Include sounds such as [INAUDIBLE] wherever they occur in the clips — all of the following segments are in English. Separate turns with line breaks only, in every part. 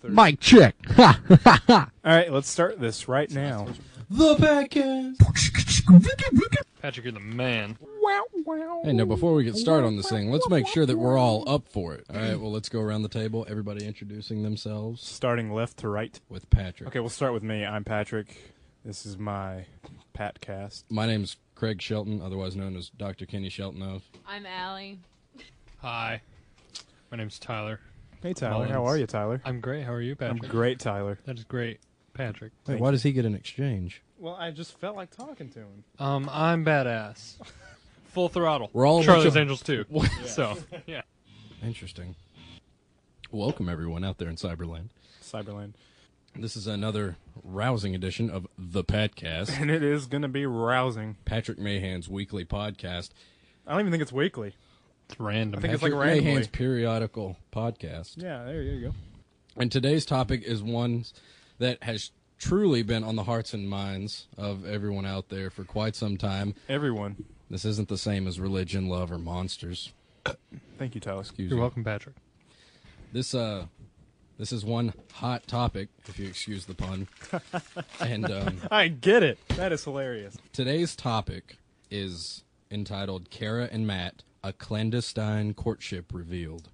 third.
Mike Chick. [LAUGHS] Ha, ha, ha.
All right, let's start this right now.
The Batcast.
Patrick, you're the man.
Hey, now before we get started on this thing, let's make sure that we're all up for it. All right, well, let's go around the table, everybody introducing themselves
Starting left to right.
with Patrick.
Okay, we'll start with me. I'm Patrick. This is my Patcast.
My name's Craig Shelton, otherwise known as Dr. Kenny Sheltonov.
I'm Allie.
Hi. My name's Tyler.
Hey, Tyler. How
Mullins.
are you, Tyler?
I'm great. How are you,
I'm
Patrick?
great, Tyler.
That is great, Patrick.
Wait, why does he get an exchange?
Well, I just felt like talking to him.
Um, I'm badass. [LAUGHS] Full throttle.
We're all a bunch
Charlie's
of-
Angels [LAUGHS] too. So yeah.
Interesting. Welcome everyone out there in Cyberland.
Cyberland.
This is another rousing edition of the Patcast, [LAUGHS]
And it is going to be rousing.
Patrick Mahan's weekly podcast.
I don't even think it's weekly.
It's random.
I think it's like
Patrick
randomly.
Mahan's periodical podcast.
Yeah, there you go.
And today's topic is one that has truly been on the hearts and minds of everyone out there for quite some time.
Everyone.
This isn't the same as religion, love, or monsters.
Thank you, Tyler.
Excuse
You're
me.
welcome, Patrick.
This uh, this is one hot topic, if you excuse the
[LAUGHS]
pun. and um,
I get it. That is hilarious.
today's topic is entitled "Kara and Matt: A Clandestine Courtship Revealed."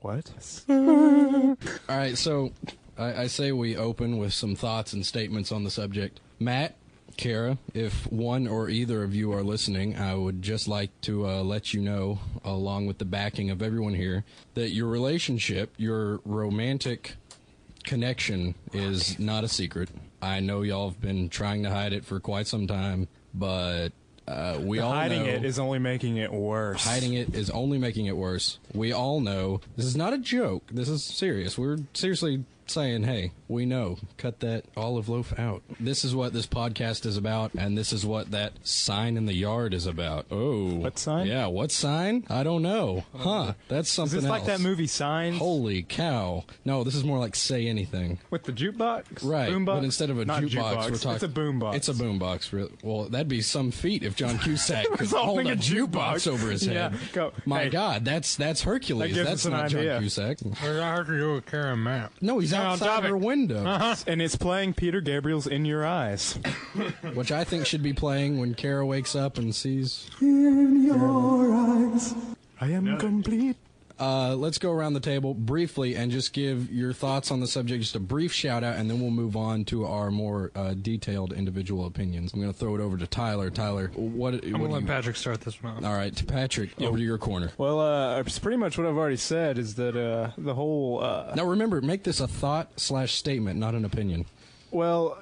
What? [LAUGHS]
All right, so I, I say we open with some thoughts and statements on the subject. Matt, Kara, if one or either of you are listening, I would just like to uh, let you know, along with the backing of everyone here, that your relationship, your romantic connection, is not a secret. I know y'all have been trying to hide it for quite some time, but uh, we all
Hiding
know
it is only making it worse.
hiding it is only making it worse. We all know this is not a joke. This is serious. We're seriously saying, hey, we know. Cut that olive loaf out. This is what this podcast is about, and this is what that sign in the yard is about. Oh,
What sign?
Yeah, what sign? I don't know. Huh? That's
Is
something
this like
else.
that movie Signs
Holy cow! No, this is more like say anything.
with the jukebox?
Right,
Boombox?
but instead of a
Not
jukebox, we're talking.
It's a boombox.
It's a boombox. re- Well, that'd be some feat if John Cusack
[LAUGHS]
could hold
holding
a
a
jukebox
jukebox.
over his
Yeah,
head.
go,
My
hey.
God, that's that's Hercules.
That gives
that's
us an
not
idea.
John Cusack.
I heard you were carrying Matt.
No, he's
on
outside
topic.
her window,
and it's playing Peter Gabriel's "In Your Eyes."
which I think should be playing when Kara wakes up and sees.
I am complete.
Uh, let's go around the table briefly and just give your thoughts on the subject. Just a brief shout out, and then we'll move on to our more uh, detailed individual opinions. I'm going to throw it over to Tyler. Tyler, what? what do
I'm gonna let
you-
Patrick start this one. off.
All right, to Patrick, over to your corner.
Well, uh, it's pretty much what I've already said is that uh, the whole. Uh,
Now remember, make this a thought slash statement, not an opinion.
well,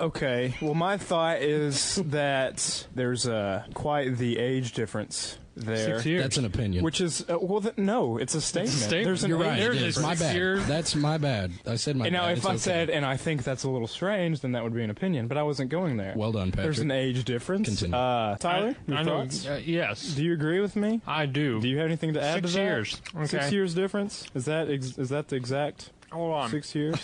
okay. Well, my thought is that there's uh, quite the age difference there.
Six years.
That's an opinion.
Which is uh, well, th- no, it's a statement.
statement.
There's an
you're right.
age
it
There it
is.
is.
My
Six
bad.
years.
That's my bad. I said my.
And now,
bad.
if
It's
I
okay.
said, and I think that's a little strange, then that would be an opinion. But I wasn't going there.
Well done, Patrick.
There's an age difference.
Continue.
Uh, Tyler, your
I know.
thoughts?
Uh, yes,
Do you agree with me?
I do.
Do you have anything to add
Six
to that?
years.
Six
Okay.
years difference. Is that ex- is that the exact?
Hold on.
Six
[LAUGHS]
years.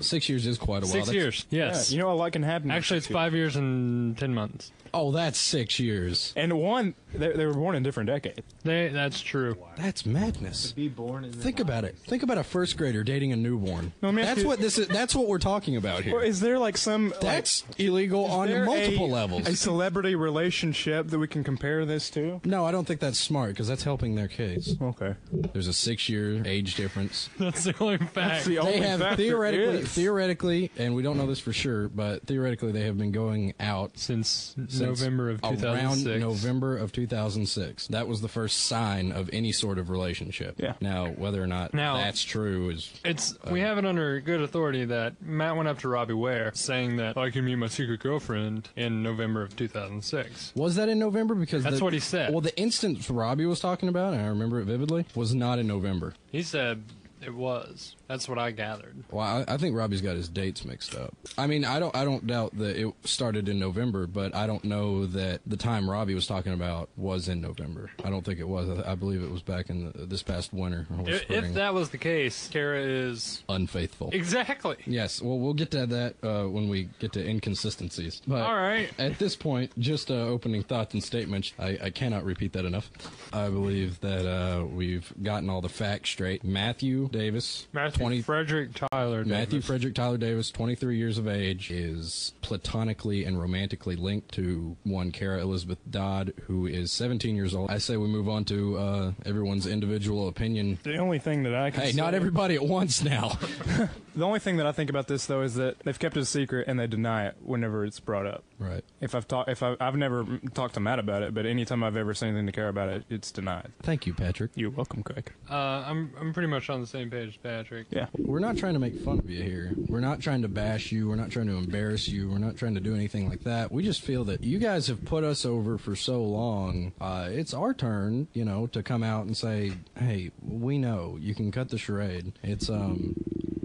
six years is quite a while.
Six
That's-
years. Yes.
Yeah, you know a lot can happen. in
Actually, it's
six years.
five years and ten months.
Oh, that's six years.
And one, they, they were born in different decades.
They. That's true.
That's madness.
be born in the
Think about it. Think about a first grader dating a newborn.
No, let me ask
that's
you-
what this is. That's what we're talking about here.
Or is there like some like,
that's illegal on
there
multiple
a-
levels.
A celebrity relationship that we can compare this to.
no, I don't think that's smart because that's helping their case.
Okay,
There's a six-year age difference.
[LAUGHS] That's the only fact.
the
they
only
have
factor
theoretically,
is-
theoretically, and we don't know this for sure, but theoretically, they have been going out
since,
since
November of
Around
2006.
November of 2006. That was the first sign of any sort of relationship.
Yeah.
Now, whether or not
Now-
that's true is.
It's we have it under good authority that Matt went up to Robbie Ware saying that I can meet my secret girlfriend in November of 2006.
Was that in November? Because
That's
the-
what he said.
Well, the instance Robbie was talking about, and I remember it vividly, was not in November.
He said it was. That's what I gathered.
Well, I, I think Robbie's got his dates mixed up. I mean, I don't, I don't doubt that it started in November, but I don't know that the time Robbie was talking about was in November. I don't think it was. I, I believe it was back in the, this past winter or
If,
spring.
if that was the case, Kara is
unfaithful.
exactly.
Yes, well, we'll get to that uh, when we get to inconsistencies. But
All right.
At this point, just uh, opening thoughts and statements. I, I cannot repeat that enough. I believe that uh, we've gotten all the facts straight. Matthew Davis,
Matthew
20
Frederick Tyler.
Mm-hmm. Matthew
Davis.
Frederick Tyler Davis, 23 years of age, is platonically and romantically linked to one Kara Elizabeth Dodd, who is 17 years old. I say we move on to uh, everyone's individual opinion.
The only thing that I can
Hey, not
say-
everybody at once now. [LAUGHS]
The only thing that I think about this though is that they've kept it a secret and they deny it whenever it's brought up.
right.
If I've talked, if I, I've never mm, talked to Matt about it, but anytime I've ever seen anything to care about it, it's denied.
Thank you, Patrick.
You're welcome, Craig.
Uh, I'm I'm pretty much on the same page, as Patrick.
Yeah.
We're not trying to make fun of you here. We're not trying to bash you. We're not trying to embarrass you. We're not trying to do anything like that. We just feel that you guys have put us over for so long. Uh, it's our turn, you know, to come out and say, "Hey, we know you can cut the charade." It's um,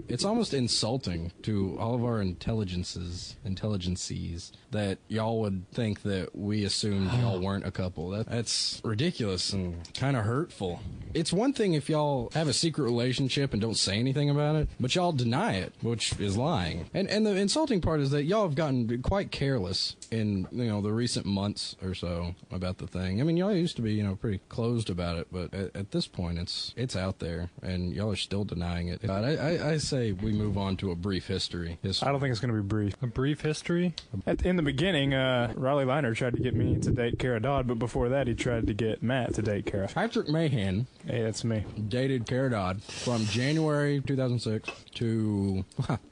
it's almost insulting to all of our intelligences, intelligencies, that y'all would think that we assumed y'all weren't a couple. That, that's ridiculous and kind of hurtful. It's one thing if y'all have a secret relationship and don't say anything about it, but y'all deny it, which is lying. And and the insulting part is that y'all have gotten quite careless in you know the recent months or so about the thing. I mean, y'all used to be you know pretty closed about it, but at, at this point, it's it's out there, and y'all are still denying it. God, I, I I say we move on to a brief history. History.
I don't think it's going to be brief.
A brief history.
At, in the beginning, uh, Riley Liner tried to get me to date Kara Dodd, but before that, he tried to get Matt to date Kara.
Patrick Mahan
Hey, that's me.
dated Caradod from January 2006 to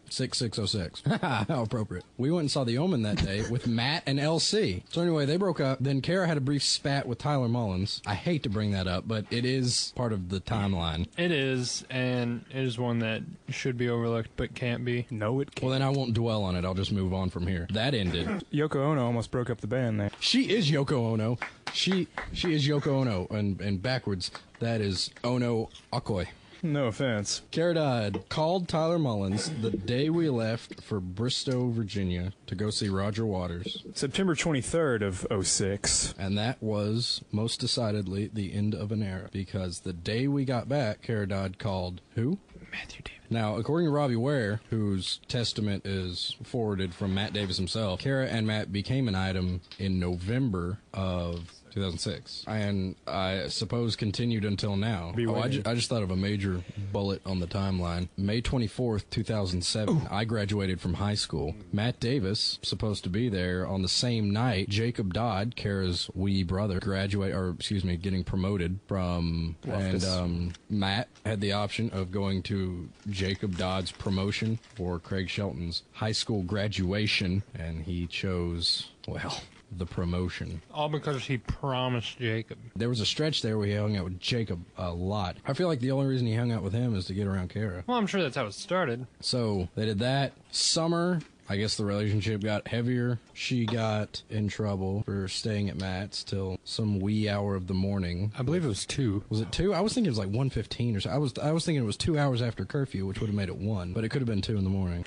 6606. [LAUGHS] How appropriate. We went and saw The Omen that day with Matt and LC. So anyway, they broke up. Then Kara had a brief spat with Tyler Mullins. I hate to bring that up, but it is part of the timeline.
It is, and it is one that should be overlooked but can't be.
No, it
Well,
can't.
then I won't dwell on it. I'll just move on from here. That ended.
Yoko Ono almost broke up the band there.
She is Yoko Ono. She she is Yoko Ono, and and backwards that is Ono Akoi.
No offense.
Caradod uh, called Tyler Mullins the day we left for Bristow, Virginia to go see Roger Waters.
September 23rd of 06.
And that was most decidedly the end of an era because the day we got back, Caradod called who?
Matthew David.
Now, according to Robbie Ware, whose testament is forwarded from Matt Davis himself, Kara and Matt became an item in November of 2006, and I suppose continued until now.
Be
Oh, I,
waiting.
ju- I just thought of a major bullet on the timeline. May 24th, 2007, I graduated from high school. Matt Davis, supposed to be there on the same night. Jacob Dodd, Kara's wee brother, graduate or excuse me, getting promoted from and
Office.
um, Matt had the option of going to Jacob Dodd's promotion or Craig Shelton's high school graduation, and he chose, well, the promotion.
All because he promised Jacob.
There was a stretch there where he hung out with Jacob a lot. I feel like the only reason he hung out with him is to get around Kara.
Well, I'm sure that's how it started.
So they did that. Summer, I guess the relationship got heavier. She got in trouble for staying at Matt's till some wee hour of the morning.
I believe it was two.
Was it two? I was thinking it was like one fifteen or so. I was I was thinking it was two hours after curfew, which would have made it one, but it could have been two in the morning.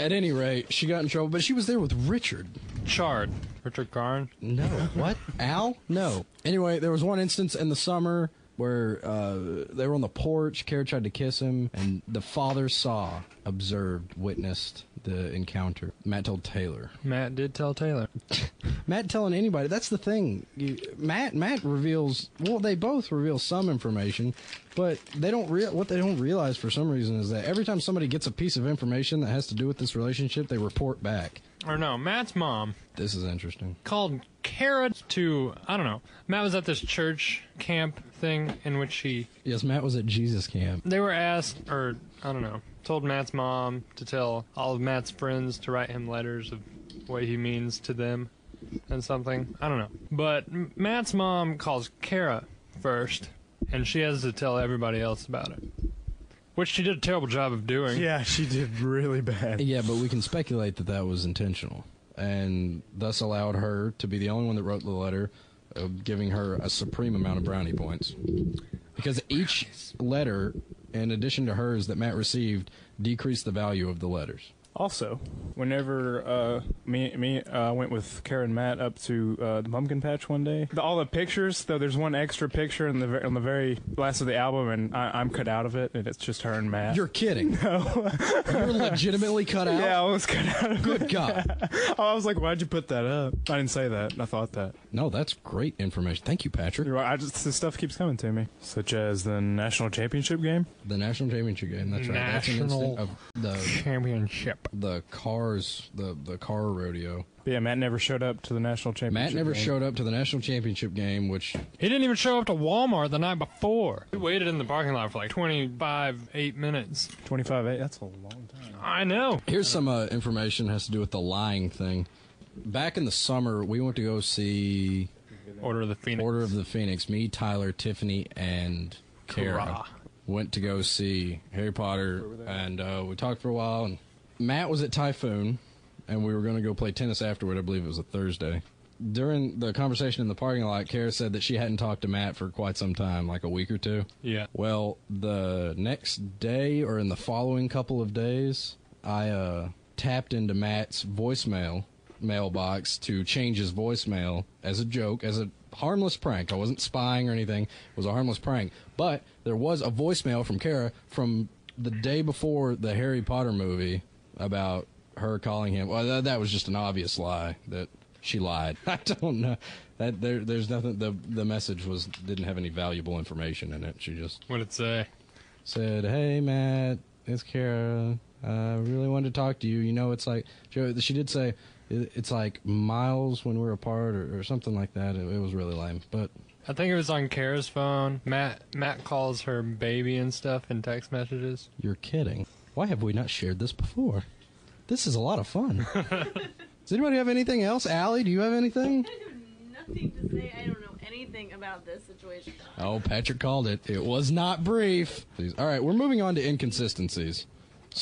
At any rate, she got in trouble, but she was there with Richard.
Chard. Richard Karn.
No, what? Al? No. Anyway, there was one instance in the summer where uh, they were on the porch. Kara tried to kiss him, and the father saw, observed, witnessed the encounter. Matt told Taylor.
Matt did tell Taylor.
Matt telling anybody. That's the thing. You, Matt Matt reveals. Well, they both reveal some information, but they don't real. What they don't realize for some reason is that every time somebody gets a piece of information that has to do with this relationship, they report back.
Or no, Matt's mom
This is interesting.
called Kara to, I don't know. Matt was at this church camp thing in which he,
Yes, Matt was at Jesus camp.
they were asked, or I don't know, told Matt's mom to tell all of Matt's friends to write him letters of what he means to them and something. I don't know. But M- Matt's mom calls Kara first, and she has to tell everybody else about it. Which she did a terrible job of doing.
Yeah, she did really bad.
Yeah, but we can speculate that that was intentional, and thus allowed her to be the only one that wrote the letter, uh, giving her a supreme amount of brownie points. Because each letter, in addition to hers that Matt received, decreased the value of the letters.
Also, whenever uh, me me uh, went with Karen Matt up to uh, the pumpkin patch one day, the, all the pictures though there's one extra picture in the ver- on the very last of the album, and I, I'm cut out of it, and it's just her and Matt.
You're kidding.
No.
[LAUGHS] You're legitimately cut out.
yeah, I was cut out [LAUGHS] of
Good God.
it. I was like, why'd you put that up? I didn't say that. I thought that.
No, that's great information. Thank you, Patrick.
You're right. I just this stuff keeps coming to me, such as the national championship game.
The national championship game. That's right. That's an
National-
instant of the
Championship.
the cars the the car rodeo.
But yeah, Matt never showed up to the national championship.
Matt never
game.
showed up to the national championship game, which
He didn't even show up to Walmart the night before. We waited in the parking lot for like 25, 8 minutes.
25 8. That's a long time.
I know.
Here's some uh, information that has to do with the lying thing. Back in the summer, we went to go see
Order of the Phoenix.
Order of the Phoenix. Me, Tyler, Tiffany, and Kara
Kara.
went to go see Harry Potter, and uh, we talked for a while. And Matt was at Typhoon, and we were going to go play tennis afterward. I believe it was a Thursday. During the conversation in the parking lot, Kara said that she hadn't talked to Matt for quite some time, like a week or two.
Yeah.
Well, the next day or in the following couple of days, I uh, tapped into Matt's voicemail mailbox to change his voicemail as a joke, as a harmless prank. I wasn't spying or anything. It was a harmless prank. But there was a voicemail from Kara from the day before the Harry Potter movie about her calling him. Well, that, that was just an obvious lie that she lied. [LAUGHS] I don't know. That there, there's nothing. The the message was didn't have any valuable information in it. She just
What'd it say?
said, "Hey, Matt, it's Kara. I really wanted to talk to you. You know, it's like Joe. She did say it- it's like miles when we're apart or, or something like that. It, it was really lame, but
I think it was on Kara's phone. Matt Matt calls her baby and stuff in text messages.
You're kidding. Why have we not shared this before? This is a lot of
[LAUGHS]
fun. Does anybody have anything else? Allie, do you have anything?
I have nothing to say. I don't know anything about this situation.
Oh, Patrick called it. It was not brief. All right, we're moving on to inconsistencies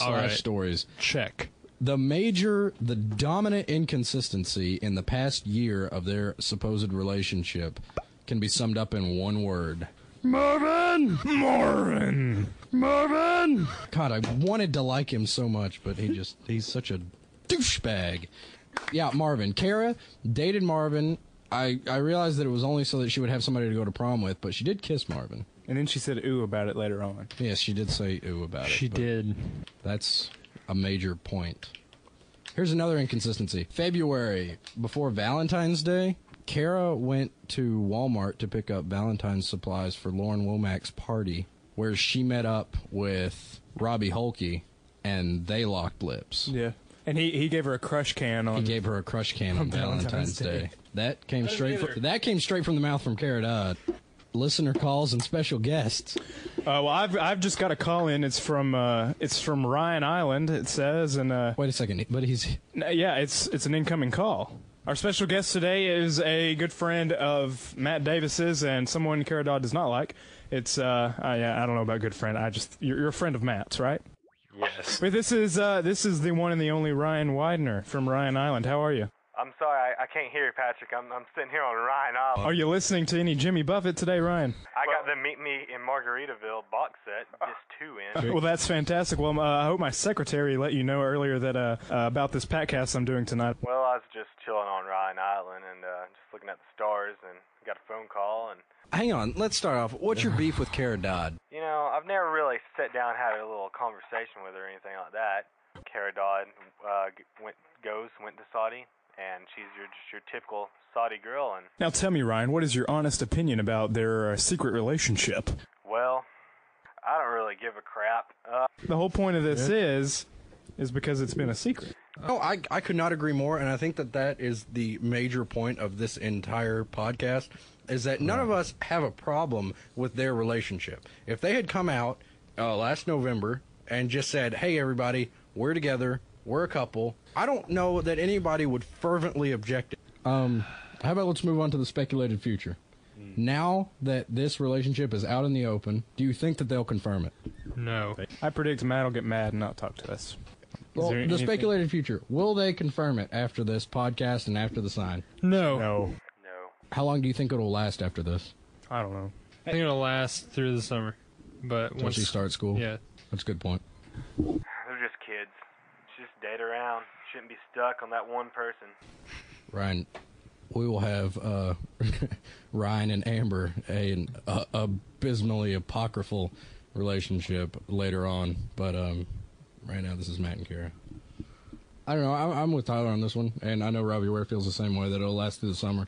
All
slash
right.
stories.
Check.
The major, the dominant inconsistency in the past year of their supposed relationship can be summed up in one word.
Marvin! Marvin! Marvin!
God, I wanted to like him so much, but he just, he's such a douchebag. Yeah, Marvin. Kara dated Marvin. I, I realized that it was only so that she would have somebody to go to prom with, but she did kiss Marvin.
And then she said ooh about it later on.
Yes, she did say ooh about it.
She
but-
did.
That's a major point. Here's another inconsistency. February, before Valentine's Day, Kara went to Walmart to pick up Valentine's supplies for Lauren Womack's party, where she met up with Robbie Holkey, and they locked lips.
Yeah. And he, he gave her a crush can
He
on.
gave her a crush can on
Valentine's
Valentine's Day.
Day.
That came straight
either.
from, that came straight from the mouth from Kara Dodd. Listener calls and special guests.
Uh, well, I've, I've just got a call in. It's from uh, it's from Ryan Island. It says, and uh,
Wait a second, but he's
n- yeah, it's it's an incoming call. Our special guest today is a good friend of Matt Davis's and someone Cara Dodd does not like. It's uh, I, I don't know about good friend. I just you're, you're a friend of Matt's, right?
Yes.
But this is uh, this is the one and the only Ryan Widener from Ryan Island. How are you?
I'm sorry, I, I can't hear you, Patrick. I'm, I'm sitting here on Ryan Island.
Are you listening to any Jimmy Buffett today, Ryan?
I got the Meet Me in Margaritaville box set, just two in.
Well, that's fantastic. Well, uh, I hope my secretary let you know earlier that uh, uh, about this podcast I'm doing tonight.
Well, I was just chilling on Ryan Island and uh, just looking at the stars and got a phone call. And,
Hang on, let's start off. What's your beef with Kara Dodd?
you know, I've never really sat down and had a little conversation with her or anything like that. Cara Dodd uh, g- went, goes, went to Saudi, and she's your, just your typical Saudi girl. And,
Now tell me, Ryan, what is your honest opinion about their uh, secret relationship?
well, I don't really give a crap. Uh,
The whole point of this is is because it's been a secret.
No, I, I could not agree more, and I think that that is the major point of this entire podcast is that none of us have a problem with their relationship. If they had come out uh, last November and just said, "Hey, everybody, we're together, we're a couple," I don't know that anybody would fervently object. Um, how about let's move on to the speculated future. Now that this relationship is out in the open, do you think that they'll confirm it?
No.
I predict Matt will get mad and not talk to us.
Well,
there
the
anything-
speculated future. Will they confirm it after this podcast and after the sign?
No.
No,
no.
How long do you think it'll last after this?
I don't know.
I think it'll last through the summer. But
Once
once
you start school?
Yeah.
That's a good point.
They're just kids. Just date around. Shouldn't be stuck on that one person.
Ryan, we will have uh, [LAUGHS] Ryan and Amber an uh, abysmally apocryphal relationship later on, but um, right now this is Matt and Kara. I don't know. I'm, I'm with Tyler on this one, and I know Robbie Ware feels the same way that it'll last through the summer,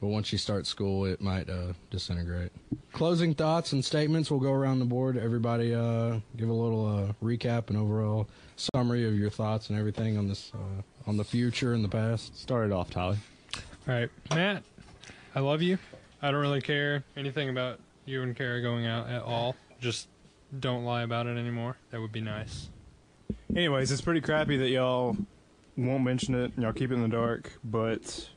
but once she starts school, it might uh, disintegrate. Closing thoughts and statements. We'll go around the board. Everybody, uh, give a little uh, recap and overall summary of your thoughts and everything on this, uh, on the future and the past.
Start it off, Tyler.
All right, Matt, I love you. I don't really care anything about you and Kara going out at all. Just don't lie about it anymore. That would be nice.
Anyways, it's pretty crappy that y'all won't mention it and y'all keep it in the dark, but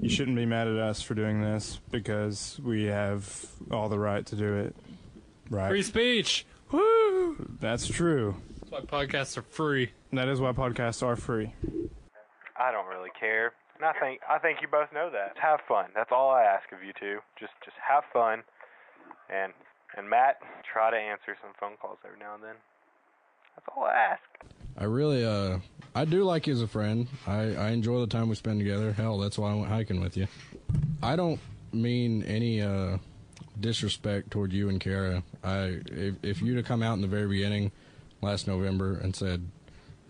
you shouldn't be mad at us for doing this because we have all the right to do it.
Free
Right.
speech. Woo!
That's true.
That's why podcasts are free.
And That is why podcasts are free.
I don't really care. And I think I think you both know that. Have fun. That's all I ask of you two. Just just have fun. And and Matt, try to answer some phone calls every now and then. That's all I ask.
I really, uh, I do like you as a friend. I, I enjoy the time we spend together. Hell, that's why I went hiking with you. I don't mean any, uh, disrespect toward you and Kara. I, if, if you'd have come out in the very beginning last November and said,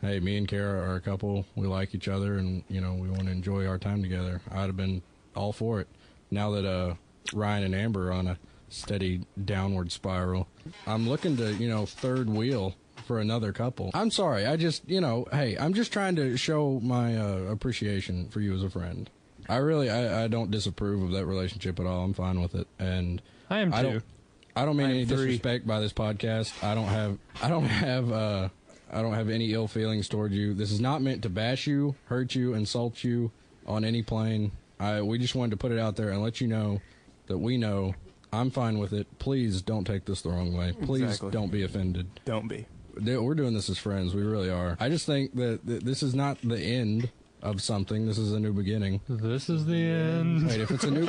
hey, me and Kara are a couple, we like each other and, you know, we want to enjoy our time together, I'd have been all for it. Now that, uh, Ryan and Amber are on a steady downward spiral, I'm looking to, you know, third wheel for another couple. I'm sorry. I just, you know, hey, I'm just trying to show my uh, appreciation for you as a friend. I really, I, I don't disapprove of that relationship at all. I'm fine with it, and
I am
I don't,
too.
I don't mean
I'm
any
three.
disrespect by this podcast. I don't have, I don't have, uh, I don't have any ill feelings toward you. This is not meant to bash you, hurt you, insult you on any plane. I, we just wanted to put it out there and let you know that we know. I'm fine with it. Please don't take this the wrong way. Please
Exactly.
don't be offended
Don't be.
they- we're doing this as friends. We really are. I just think that th- this is not the end of something. This is a new beginning.
This is the end.
Wait, if it's a new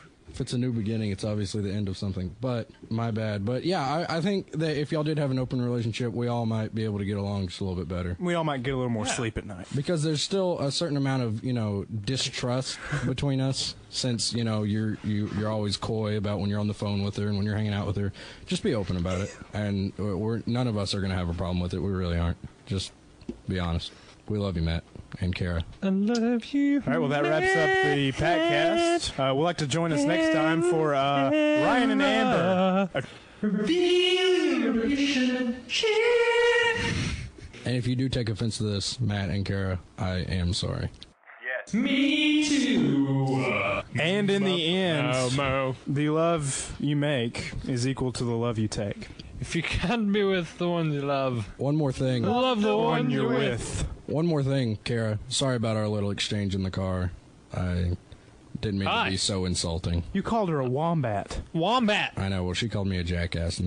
[LAUGHS] if it's a new beginning, it's obviously the end of something. But my bad. But yeah, I, I think that if y'all did have an open relationship, we all might be able to get along just a little bit better.
We all might get a little more sleep at night.
Because there's still a certain amount of you know distrust between us, since you know you're you, you're always coy about when you're on the phone with her and when you're hanging out with her. Just be open about it, and we're- we're none of us are gonna have a problem with it. We really aren't. Just be honest. We love you, Matt and Kara.
I love you.
All right, well, that wraps up [LAUGHS] the Patcast. Uh, we'll like to join us next time for uh, Ryan and Amber. A
And if you do take offense to this, Matt and Kara, I am sorry.
Yes.
And in the end,
Oh, Mo.
the love you make is equal to the love you take.
If you can't be with the one you love,
One more thing.
love the one you're with.
One more thing, Kara. Sorry about our little exchange in the car. I didn't mean
Hi.
to be so insulting.
You called her a wombat.
Wombat.
I know. Well, she called me a jackass, and that